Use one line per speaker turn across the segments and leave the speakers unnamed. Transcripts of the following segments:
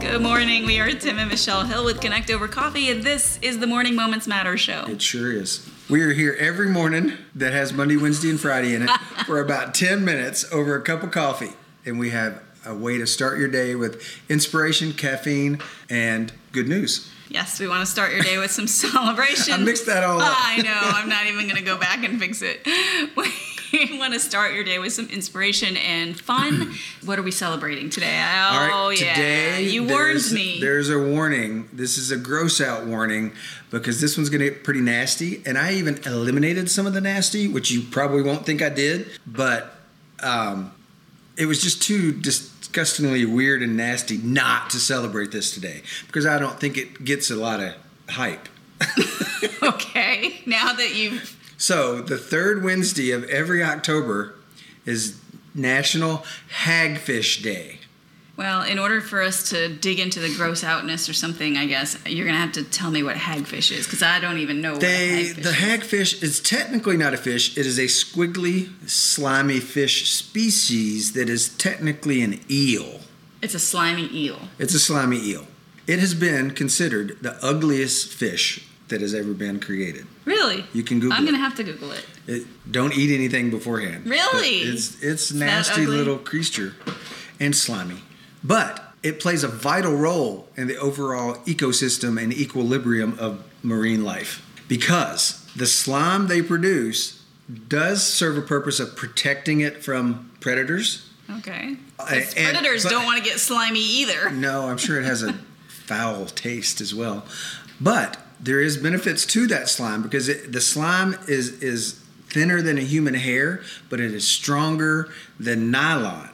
Good morning. We are Tim and Michelle Hill with Connect Over Coffee, and this is the Morning Moments Matter show.
It sure is. We are here every morning that has Monday, Wednesday, and Friday in it for about 10 minutes over a cup of coffee. And we have a way to start your day with inspiration, caffeine, and good news.
Yes, we want to start your day with some celebration.
I mixed that all up.
I know. I'm not even going to go back and fix it. We want to start your day with some inspiration and fun. what are we celebrating today?
All
Oh,
right,
yeah.
today
you warned
there's-
me.
There's a warning. This is a gross out warning because this one's going to get pretty nasty. And I even eliminated some of the nasty, which you probably won't think I did, but um, it was just too disgustingly weird and nasty not to celebrate this today because I don't think it gets a lot of hype.
Okay. Now that you've.
So the third Wednesday of every October is National Hagfish Day.
Well, in order for us to dig into the gross outness or something, I guess you're gonna have to tell me what hagfish is because I don't even know what
They
hagfish
the
is.
hagfish is technically not a fish. It is a squiggly, slimy fish species that is technically an eel.
It's a slimy eel.
It's a slimy eel. It has been considered the ugliest fish that has ever been created.
Really?
You can Google
I'm gonna
it.
have to Google it.
It, don't eat anything beforehand.
Really?
But It's it's
that
nasty
ugly?
little creature and slimy. But it plays a vital role in the overall ecosystem and equilibrium of marine life because the slime they produce does serve a purpose of protecting it from predators.
Okay.
Uh,
Because
and-
predators
but-
don't want to get slimy either.
No, I'm sure it has a foul taste as well. But there is benefits to that slime because it, the slime is is thinner than a human hair, but it is stronger than nylon.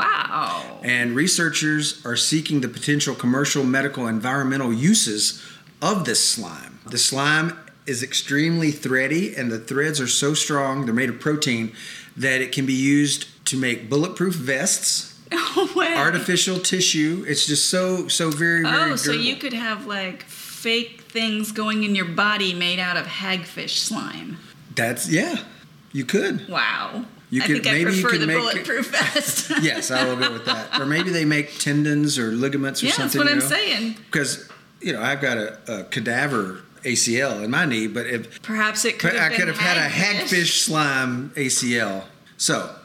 Wow.
And researchers are seeking the potential commercial, medical, environmental uses of this slime. The slime is extremely thready, and the threads are so strong, they're made of protein, that it can be used to make bulletproof vests,
No way.
artificial tissue. It's just so, so very, very
oh, so you
durable.
could have like fake things going in your body made out of hagfish slime.
That's, yeah, you could.
Wow.
You
I
could-
think I
maybe you
prefer
could
the
make-
bulletproof vest.
Yes, I will go with that. Or maybe they make tendons or ligaments or
yeah, that's
something.
what
you
I'm
know?
saying.
Because, you know, I've got a, a cadaver ACL in my knee, but if
Perhaps it could
But
have
I
been
could have had a
hagfish.
hagfish slime ACL. So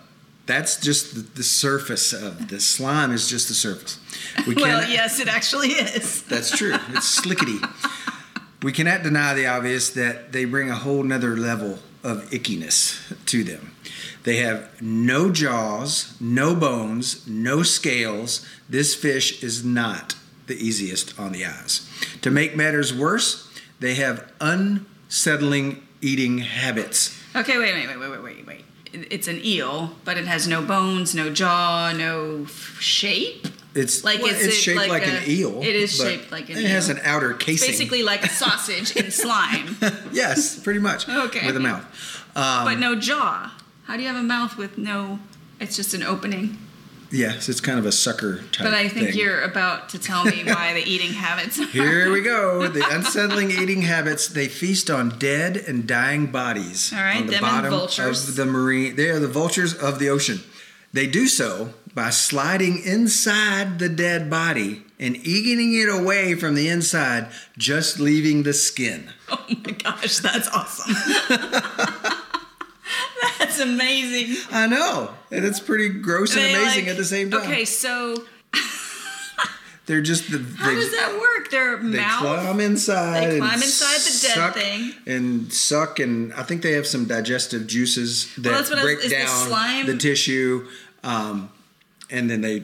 that's just the, the surface of the slime is just the surface. We
Well,
cannot-
yes, it actually is.
That's true. It's slickety. We cannot deny the obvious that they bring a whole nother level of ickiness to them. They have no jaws, no bones, no scales. This fish is not the easiest on the eyes. To make matters worse, they have unsettling eating habits.
Okay, wait, wait, wait, wait, wait, wait, wait. It- It's an eel, but it has no bones, no jaw, no f- shape.
It's
Like,
well,
is
it's,
it
shaped
like
like,
a-
an eel.
it is
but
shaped like an
It has
eel.
an outer
It's
casing.
basically like a sausage in slime,
yes, pretty much.
Okay.
with a mouth. Um,
but no jaw. How do you have a mouth with no? It's just an opening.
Yes, it's kind of a sucker type.
But I think
thing.
you're about to tell me why the eating habits. Are.
Here we go. The unsettling eating habits. They feast on dead and dying bodies.
All right,
on the
them and
bottom
vultures.
of the marine. They are the vultures of the ocean. They do so by sliding inside the dead body and eating it away from the inside, just leaving the skin.
Oh my gosh, that's awesome. that's amazing.
I know, and it's pretty gross and
They,
amazing
like-
at the same time.
Okay, so
They're just the.
how
they,
does that work? Their
They
mouth.
climb inside.
They
and
climb inside the dead
suck
thing.
and suck, and I think they have some digestive juices that
that's what I was-
break
is the
down
slime-
the tissue, um, and then they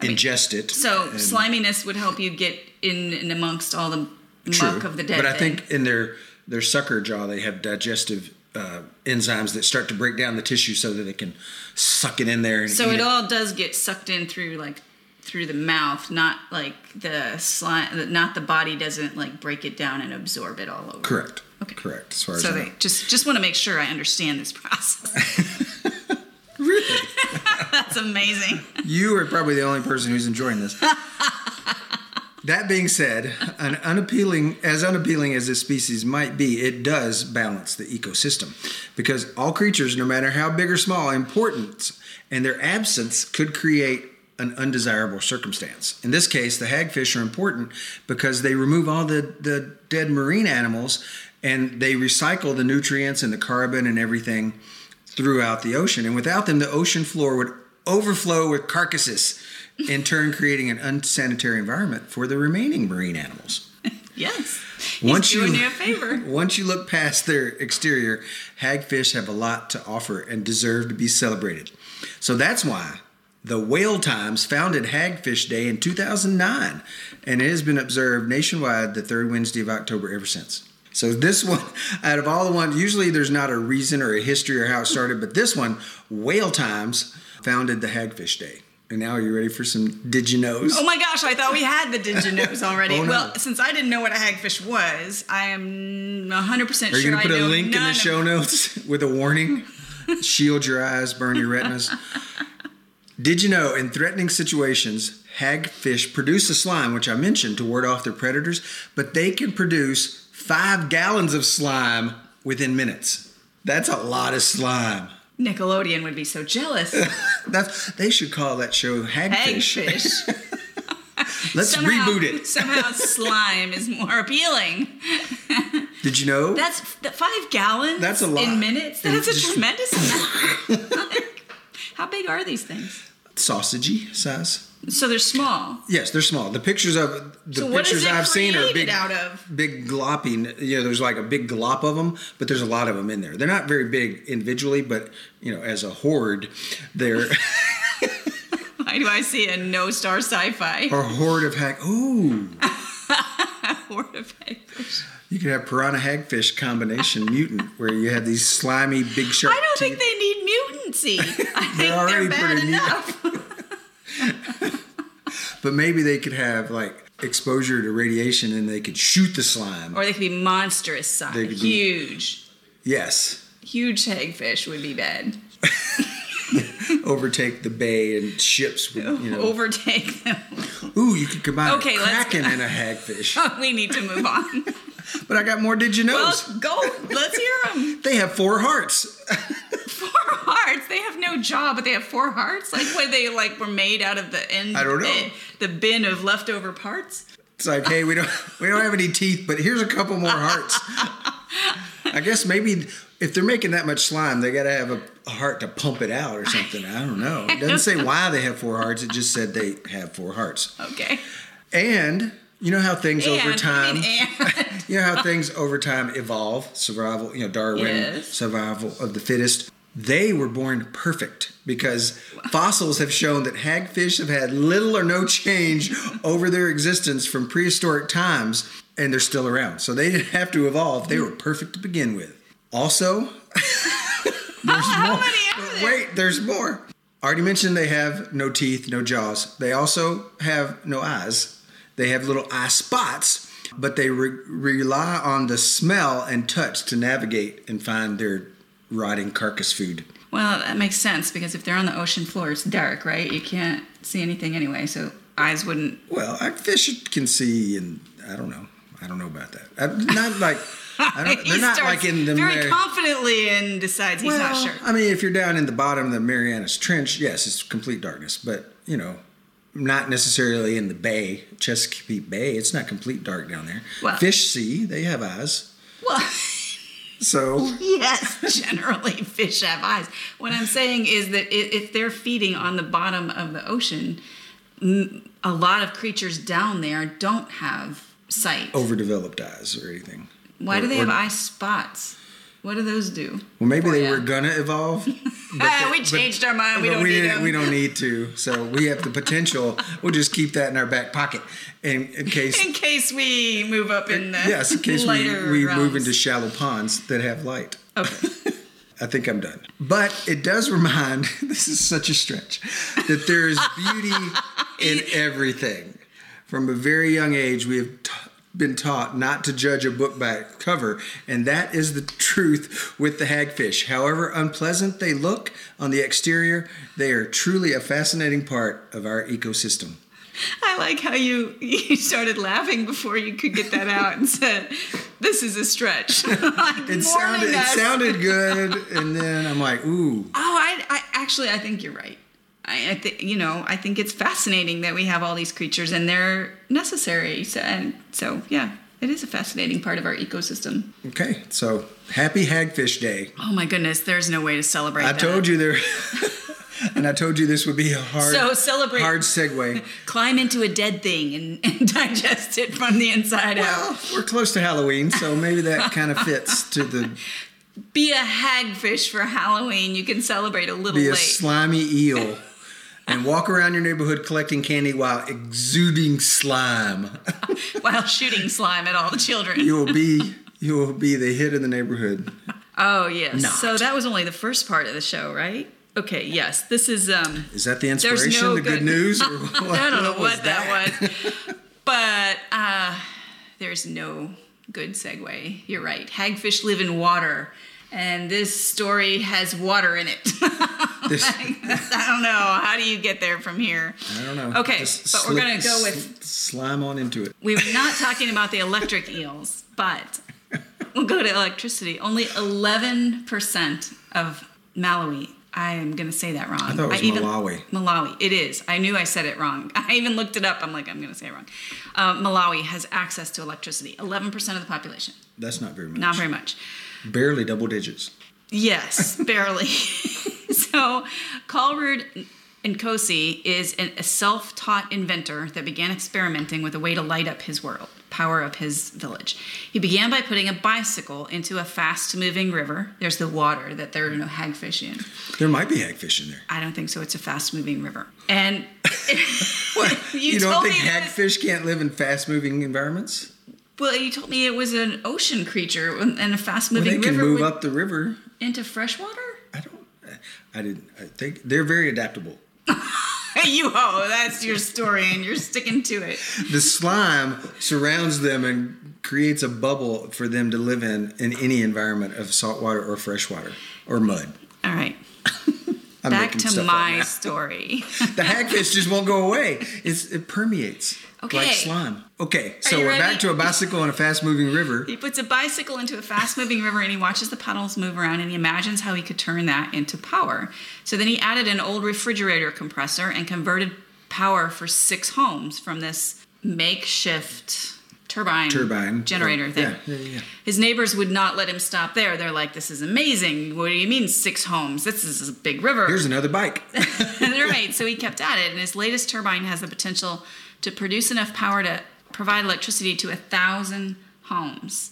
ingest it.
So
and-
sliminess would help you get in and amongst all the
True.
muck of the dead.
But I
thing.
think in their their sucker jaw, they have digestive uh, enzymes that start to break down the tissue so that they can suck it in there. And
so.
eat
It all does get sucked in through like through the mouth, not like the slime, not the body doesn't like break it down and absorb it all over.
correct.
Okay.
Correct. As far as
So
I
they
know.
just just want to make sure I understand this process.
really.
That's amazing.
You are probably the only person who's enjoying this. that being said, an unappealing as unappealing as this species might be, it does balance the ecosystem because all creatures, no matter how big or small, are important, and their absence could create an undesirable circumstance. In this case, the hagfish are important because they remove all the, the dead marine animals and they recycle the nutrients and the carbon and everything throughout the ocean. And without them, the ocean floor would overflow with carcasses, in turn, creating an unsanitary environment for the remaining marine animals.
Yes. He's
Once you-
doing you a favor.
Once you look past their exterior, hagfish have a lot to offer and deserve to be celebrated. So that's why the Whale Times founded Hagfish Day in 2009, and it has been observed nationwide the third Wednesday of October ever since. So this one, out of all the ones, usually there's not a reason or a history or how it started, but this one, Whale Times, founded the Hagfish Day. And now are you ready for some did you knows?
Oh my gosh, I thought we had the did you knows already.
Oh, no.
Well, since I didn't know what a hagfish was, I am 100%
Are you
sure
going to put
I
a
know
link in
none
the
of-
show notes with a warning? Shield your eyes, burn your retinas. Did you know in threatening situations, hagfish produce a slime, which I mentioned, to ward off their predators, but they can produce five gallons of slime within minutes. That's a lot of slime.
Nickelodeon would be so jealous.
That's they should call that show Hagfish.
Hagfish.
Let's
Somehow-
reboot it.
Somehow slime is more appealing.
Did you know?
That's that five gallons.
That's a lot.
in minutes.
And
That's a
just-
tremendous amount. How big are these things?
sausagey size.
So they're small.
Yes, they're small. The pictures of the
So what is
pictures
it
I've seen are
created
big,
out of?
big gloppy. You know, there's like a big glop of them, but there's a lot of them in there. They're not very big individually, but you know, as a horde, they're
Why do I see a no star sci-fi?
a horde of hag. Ooh,
Horde of hagfish.
you could have piranha hagfish combination mutant, where you have these slimy big shark.
I don't think they need mutancy. I think
They're
they're,
already
bad
pretty mutant.
enough.
teeth, but maybe they could have like exposure to radiation, and they could shoot the slime.
Or they could be monstrous size,
They could be-
huge,
yes,
huge hagfish would be bad.
overtake the bay, and ships would you know.
Overtake them.
Ooh, you could combine
Oh. Okay,
a
let's-
kraken and a hagfish.
we need to move on.
But I got more. Did you know?
well, go. Let's hear them.
They have four hearts.
four hearts. They have no jaw, but they have four hearts. Like what they like were made out of the end.
I don't know.
The, the bin of leftover parts.
It's like, hey, we don't we don't have any teeth, but here's a couple more hearts. I guess maybe if they're making that much slime, they got to have a, a heart to pump it out or something. I don't know. It doesn't say why they have four hearts. It just said they have four hearts.
Okay.
And you know how things
and,
over time,
I mean, and.
you know how things over time evolve. Survival, you know, Darwin,
Yes.
survival of the fittest. They were born perfect because fossils have shown that hagfish have had little or no change over their existence from prehistoric times, and they're still around. So they didn't have to evolve; they were perfect to begin with. Also,
How many are there?
wait, there's more. I already mentioned they have no teeth, no jaws. They also have no eyes. They have little eye spots, but they re- rely on the smell and touch to navigate and find their rotting carcass food.
Well, that makes sense because if they're on the ocean floor, it's dark, right? You can't see anything anyway, so eyes wouldn't.
Well, I fish can see, and I don't know. I don't know about that. I'm not like I don't,
He
they're not
starts
like in the
very
Mar-
confidently and decides he's not
Well,
sure.
I mean, if you're down in the bottom of the Marianas Trench, yes, it's complete darkness, but you know, not necessarily in the bay, Chesapeake Bay. It's not complete dark down there.
Well-
Fish see, they have eyes.
Well,
So,
yes, generally fish have eyes. What I'm saying is that i- if they're feeding on the bottom of the ocean, m- a lot of creatures down there don't have sight.
overdeveloped eyes or anything.
Why do
Oh, Or-
they
or-
have eye spots? What do those do?
Well, maybe
for
they
ya?
were gonna evolve. but
Ah,
they-
we
but-
changed our mind. We
but
don't
we,
need
didn't-
them.
we don't need to. So we have the potential. we'll just keep that in our back pocket, in, in case
In case we move up in the
yes, in case we,
lighter
we
realms.
move into shallow ponds that have light.
Okay.
I think I'm done. But it does remind, this is such a stretch, that there is beauty in everything. From a very young age, we have t- been taught not to judge a book by its cover, and that is the truth with the hagfish. However unpleasant they look on the exterior, they are truly a fascinating part of our ecosystem.
I like how you you started laughing before you could get that out and said, "This is a stretch." like, warning
It sounded, it
us.
sounded good, and then I'm like, ooh,
Oh, I, I actually I think you're right. I, I think you know I think it's fascinating that we have all these creatures and they're necessary. So, and so yeah, it is a fascinating part of our ecosystem.
Okay, so happy Hagfish Day.
Oh my goodness, there's no way to celebrate.
I
that.
told you there, and I told you this would be a hard,
So celebrate.
hard segue.
Climb into a dead thing and, and digest it from the inside out.
Well, Oh, we're close to Halloween, so maybe that kind of fits to the
Be a hagfish for Halloween. You can celebrate a little
be a
late.
slimy eel and walk around your neighborhood collecting candy while exuding slime.
while shooting slime at all the children.
You will be you will be the hit of the neighborhood.
Oh yes.
Not.
So that was only the first part of the show, right? Okay. Yes. This is. um
Is that the inspiration?
no
the good,
good-
news? Or what,
I don't know what,
was
that, was, but uh, there's no good segue. You're right. Hagfish live in water, and this story has water in it.
This-
Like, I don't know. How do you get there from here?
I don't know.
Okay,
Just
but we're
slip-
gonna go with-
sl- slime on into it.
We were not talking about the electric eels, but we'll go to electricity. Only 11% of Malawi. I am going to say that wrong. I
thought it was
even-
Malawi.
Malawi. It is. I knew I said it wrong. I even looked it up. I'm like, I'm going to say it wrong. Uh, Malawi has access to electricity. 11% of the population.
That's not very much.
Not very much.
Barely double digits.
Yes, barely. so, Colruyt Nkosi is an, a self-taught inventor that began experimenting with a way to light up his world, power up his village. He began by putting a bicycle into a fast-moving river. There's the water that there are no hagfish in.
There might be hagfish in there.
I don't think so. It's a fast-moving river. And
What?
You
You, don't
told
think
me this-
hagfish can't live in fast-moving environments?
well, you told me it was an ocean creature and a
Well, they
fast-moving
can
river
move
would-
up the river.
into freshwater.
I don't. I didn't. I think they're very adaptable.
you ho, that's your story, and you're sticking to it.
The slime surrounds them and creates a bubble for them to live in in any environment of salt water or fresh water or mud.
All right.
I'm
back
making
to
stuff up
my
now.
story.
The hagfish just won't go away. It's, it permeates like
Okay.
slime. Okay, so
you
we're
ready?
back to a bicycle on a fast-moving river.
he puts a bicycle into a fast moving river and he watches the puddles move around and he imagines how he could turn that into power. So then he added an old refrigerator compressor and converted power for six homes from this makeshift turbine,
Turbine.
generator
Yeah,
thing.
yeah, yeah.
His neighbors would not let him stop there. They're like, this is amazing. What do you mean six homes? This is a big river.
Here's another bike.
They're right. So he kept at it, and his latest turbine has the potential to produce enough power to provide electricity to a thousand homes.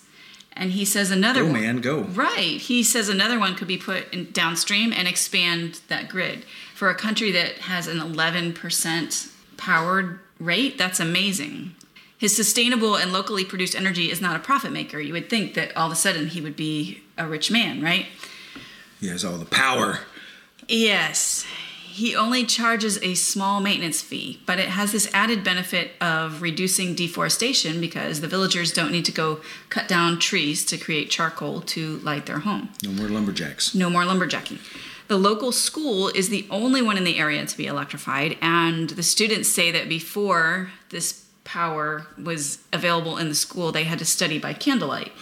And he says another
Go,
one.
Oh, man, go.
Right. He says another one could be put in downstream and expand that grid. For a country that has an 11% powered rate, that's amazing. His sustainable and locally produced energy is not a profit maker. You would think that all of a sudden he would be a rich man, right?
He has all the power.
Yes. He only charges a small maintenance fee, but it has this added benefit of reducing deforestation because the villagers don't need to go cut down trees to create charcoal to light their home.
No more lumberjacks.
No more lumberjacking. The local school is the only one in the area to be electrified, and the students say that before this power was available in the school, they had to study by candlelight.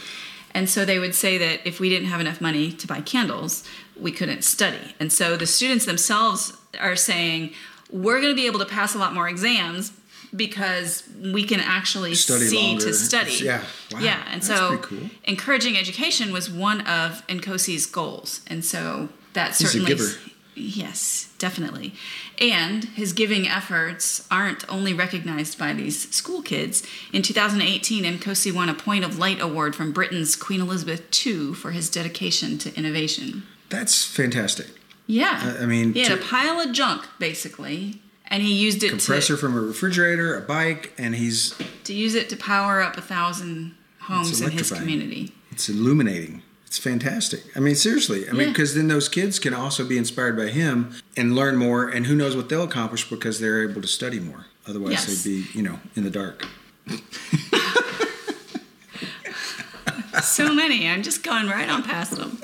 And so they would say that if we didn't have enough money to buy candles, we couldn't study. And so the students themselves are saying, we're going to be able to pass a lot more exams because we can actually
Study
see
longer.
to study.
Yeah. Wow.
Yeah. And
That's
so
pretty cool.
encouraging education was one of Nkosi's goals, and so that
a
certainly.
giver.
Yes, definitely. And his giving efforts aren't only recognized by these school kids. In 2018, Nkosi won a Point of Light Award from Britain's Queen Elizabeth II for his dedication to innovation.
That's fantastic.
Yeah.
I- I mean,
he had
to-
a pile of junk, basically, and he used it
Compressor
to,
from a refrigerator, a bike, and he's
to use it to power up a thousand homes in his
electrifying.
community.
It's illuminating. It's fantastic. I mean, seriously. I mean,
Yeah.
because then those kids can also be inspired by him and learn more, and who knows what they'll accomplish because they're able to study more. Otherwise,
Yes.
they'd be, you know, in the dark.
So many. I'm just going right on past them.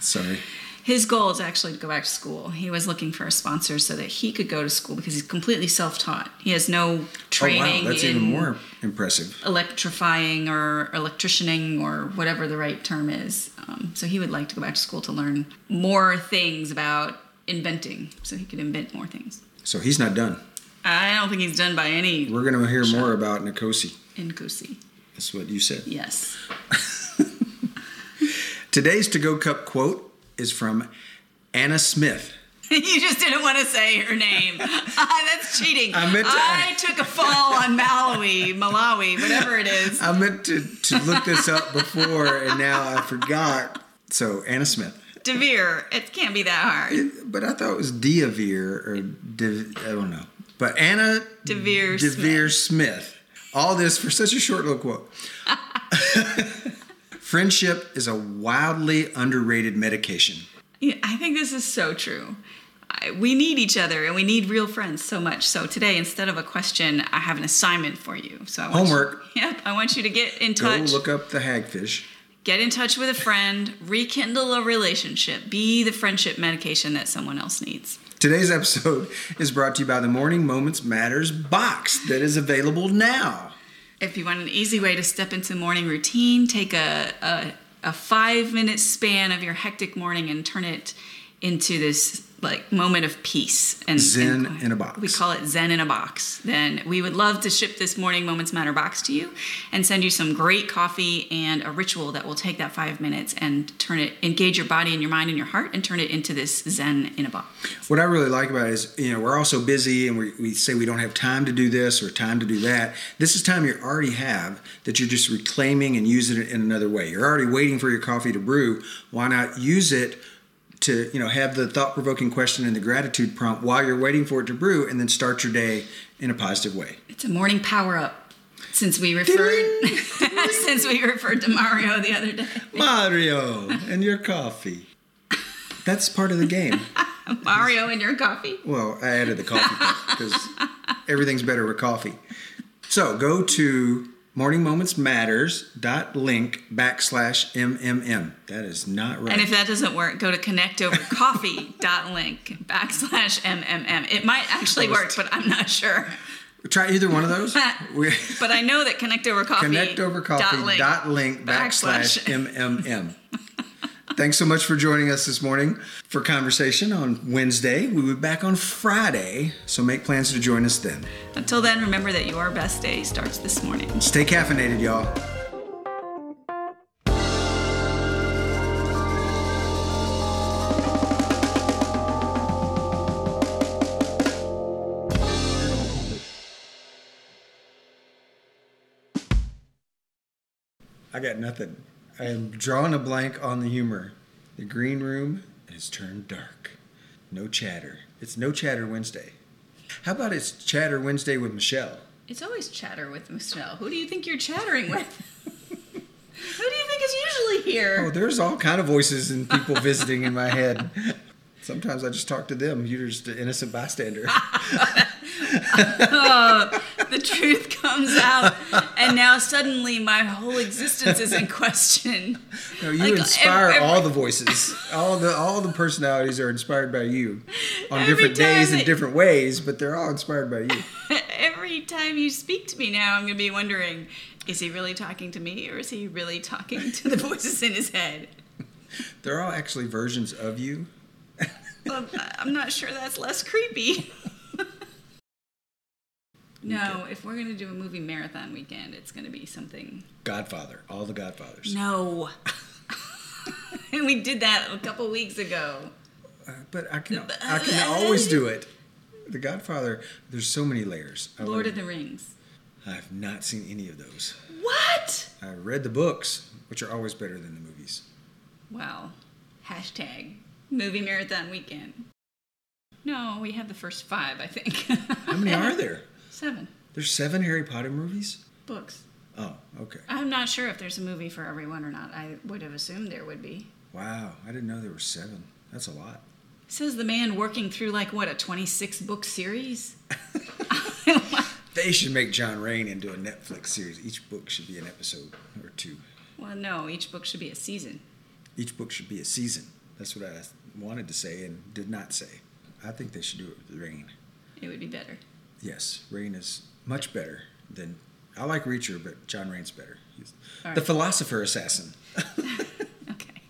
Sorry.
His goal is actually to go back to school. He was looking for a sponsor so that he could go to school because he's completely self-taught. He has no
oh,
training
wow. That's
in
even more impressive.
electrifying or electricianing or whatever the right term is. Um, so he would like to go back to school to learn more things about inventing, so he could invent more things.
So he's not done.
I don't think he's done by any
We're going to hear more about Nkosi.
Nkosi.
That's what you said.
Yes.
Today's to go cup quote is from Anna Smith.
you just didn't want to say her name. Ah, that's cheating.
I meant to-
I took a fall on Malawi, Malawi, whatever it is.
I meant to, to look this up before and now I forgot. So Anna Smith.
Devere. It can't be that hard.
But I thought it was Deavere or De, I don't know. But Anna
Devere.
DeVere Smith. All this for such a short little quote. Friendship is a wildly underrated medication.
Yeah, I think this is so true. I- We need each other and we need real friends so much. So today, instead of a question, I have an assignment for you. So I want
Homework.
You, yep, I want you to get in
Go
touch.
look up the hagfish.
Get in touch with a friend. Rekindle a relationship. Be the friendship medication that someone else needs.
Today's episode is brought to you by the Morning Moments Matters box that is available now.
If you want an easy way to step into morning routine, take a, a, a five minute span of your hectic morning and turn it into this like moment of peace and
Zen
and-
in a box.
We call it Zen in a box. Then we would love to ship this morning moments matter box to you and send you some great coffee and a ritual that will take that five minutes and turn it engage your body and your mind and your heart and turn it into this Zen in a box.
What I really like about it is, you know, we're all so busy and we, we say we don't have time to do this or time to do that. This is time you already have that you're just reclaiming and using it in another way. You're already waiting for your coffee to brew. Why not use it to, you know, have the thought provoking question and the gratitude prompt while you're waiting for it to brew and then start your day in a positive way?
It's a morning power up. Since we referred since we referred to Mario the other day.
Mario and your coffee. That's part of the game.
Mario in your coffee.
Well, I added the coffee because everything's better with coffee. So go to morningmomentsmatters.link backslash MMM. That is not right.
And if that doesn't work, go to connectovercoffee.link backslash MMM. It might actually work, but I'm not sure.
Try either one of those. We-
But I know that connectovercoffee.link
connectovercoffee.link backslash MMM. Thanks so much for joining us this morning for conversation on Wednesday. We'll be back on Friday, so make plans to join us then.
Until then, remember that your best day starts this morning.
Stay caffeinated, y'all. I got nothing. I am drawing a blank on the humor. The green room has turned dark. No chatter. It's no chatter Wednesday. How about it's chatter Wednesday with Michelle?
It's always chatter with Michelle. Who do you think you're chattering with? Who do you think is usually
Oh,
here?
there's all kind of voices and people visiting in my head. Sometimes I just talk to them. You're just an innocent bystander.
The truth comes out, and now suddenly my whole existence is in question.
No, you
Like,
inspire
ev- ev-
all the voices. All the all the personalities are inspired by you, on
Every
different
time
days and
that-
different ways, but they're all inspired by you.
Every time you speak to me now, I'm going to be wondering is he really talking to me or is he really talking to the voices in his head?
They're all actually versions of you.
Well, I'm not sure that's less creepy. no, if we're going to do a movie marathon weekend, it's going to be something.
Godfather, all the Godfathers.
No. and we did that a couple weeks ago.
Uh, but I can I can always do it. The Godfather. There's so many layers. I
Lord of
wouldn't-
the Rings.
I've not seen any of those.
What?
I read the books, which are always better than the movies.
Wow. Hashtag movie marathon weekend. No, we have the first five, I think.
How many are there?
Seven
There's seven Harry Potter movies?
books.
Oh, okay.
I'm not sure if there's a movie for everyone or not. I would have assumed there would be.
Wow, I didn't know there were seven. That's a lot.
Says the man working through like what a 26 book series.
They should make John Rain into a Netflix series. Each book should be an episode or two.
well, no, each book should be a season.
Each book should be a season. That's what I wanted to say and did not say. I think they should do it with Rain.
It would be better.
Yes, Rain is much better than. I like Reacher, but John Rain's better. He's
All
the
right.
philosopher assassin.
Okay.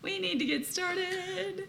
We need to get started.